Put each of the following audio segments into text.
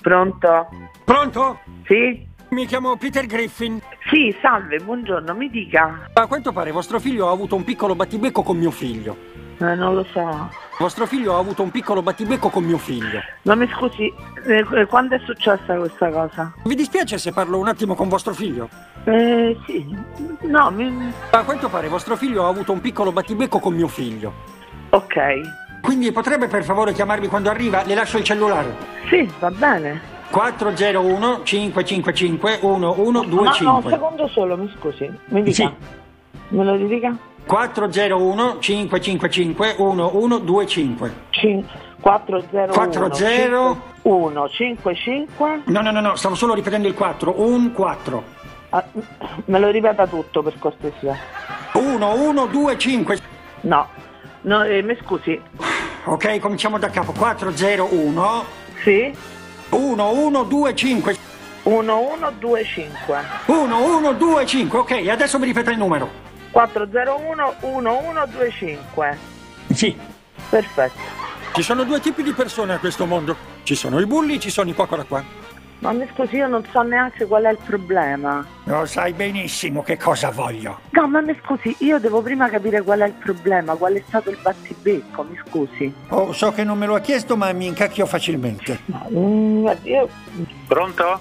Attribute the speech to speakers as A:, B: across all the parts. A: Pronto?
B: Pronto?
A: Sì?
B: Mi chiamo Peter Griffin.
A: Sì, salve, buongiorno, mi dica.
B: A quanto pare vostro figlio ha avuto un piccolo battibecco con mio figlio.
A: Eh, non lo so.
B: Vostro figlio ha avuto un piccolo battibecco con mio figlio.
A: Ma mi scusi, eh, eh, quando è successa questa cosa?
B: Vi dispiace se parlo un attimo con vostro figlio?
A: Eh, sì. No, mi...
B: A quanto pare vostro figlio ha avuto un piccolo battibecco con mio figlio.
A: Ok.
B: Quindi potrebbe per favore chiamarmi quando arriva? Le lascio il cellulare.
A: Sì, va bene.
B: 401 555
A: Ma no, un
B: 1125.
A: secondo solo, mi scusi. Mi dica.
B: Sì.
A: Me lo dica?
B: 401 555 1125.
A: 401
B: 40
A: 1 55
B: No, no, no, no, stavo solo ripetendo il 4. Un 4.
A: Ah, me lo ripeta tutto per cortesia
B: 1125.
A: no, no eh, mi scusi
B: Ok, cominciamo da capo. 401
A: sì
B: 1125.
A: 1125
B: 1125. Ok, adesso mi ripeta il numero.
A: 401 1125
B: Sì.
A: perfetto
B: Ci sono due tipi di persone a questo mondo. Ci sono i bulli, ci sono i qua qua.
A: ma mi scusi io non so neanche qual è il problema
B: Lo sai benissimo che cosa voglio.
A: no ma mi scusi io devo prima capire qual è il problema qual è stato il battibecco mi scusi
B: Oh, so che non me lo ha chiesto, ma mi incacchio facilmente.
A: Mm, guardi, io
C: Pronto?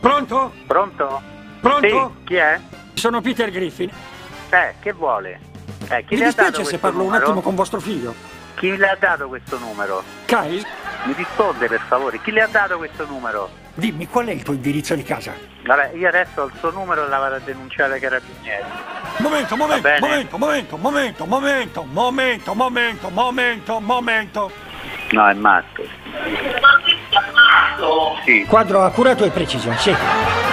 B: Pronto?
C: Pronto? eh.
B: Pronto?
C: Sì, chi è?
B: Sono Peter Griffin.
C: Eh, che vuole? Eh, chi
B: Mi
C: le ha dato
B: dispiace
C: questo
B: se parlo un
C: numero?
B: attimo con vostro figlio.
C: Chi le ha dato questo numero?
B: Kyle,
C: Mi risponde per favore, chi le ha dato questo numero?
B: dimmi qual è il tuo indirizzo di casa?
C: Vabbè, io adesso ho il suo numero e la vado a denunciare ai carabinieri.
B: Momento, momento,
C: Va bene.
B: momento, momento, momento, momento, momento, momento, momento, momento.
C: No, è matto. Sì.
B: Quadro accurato e preciso, sì.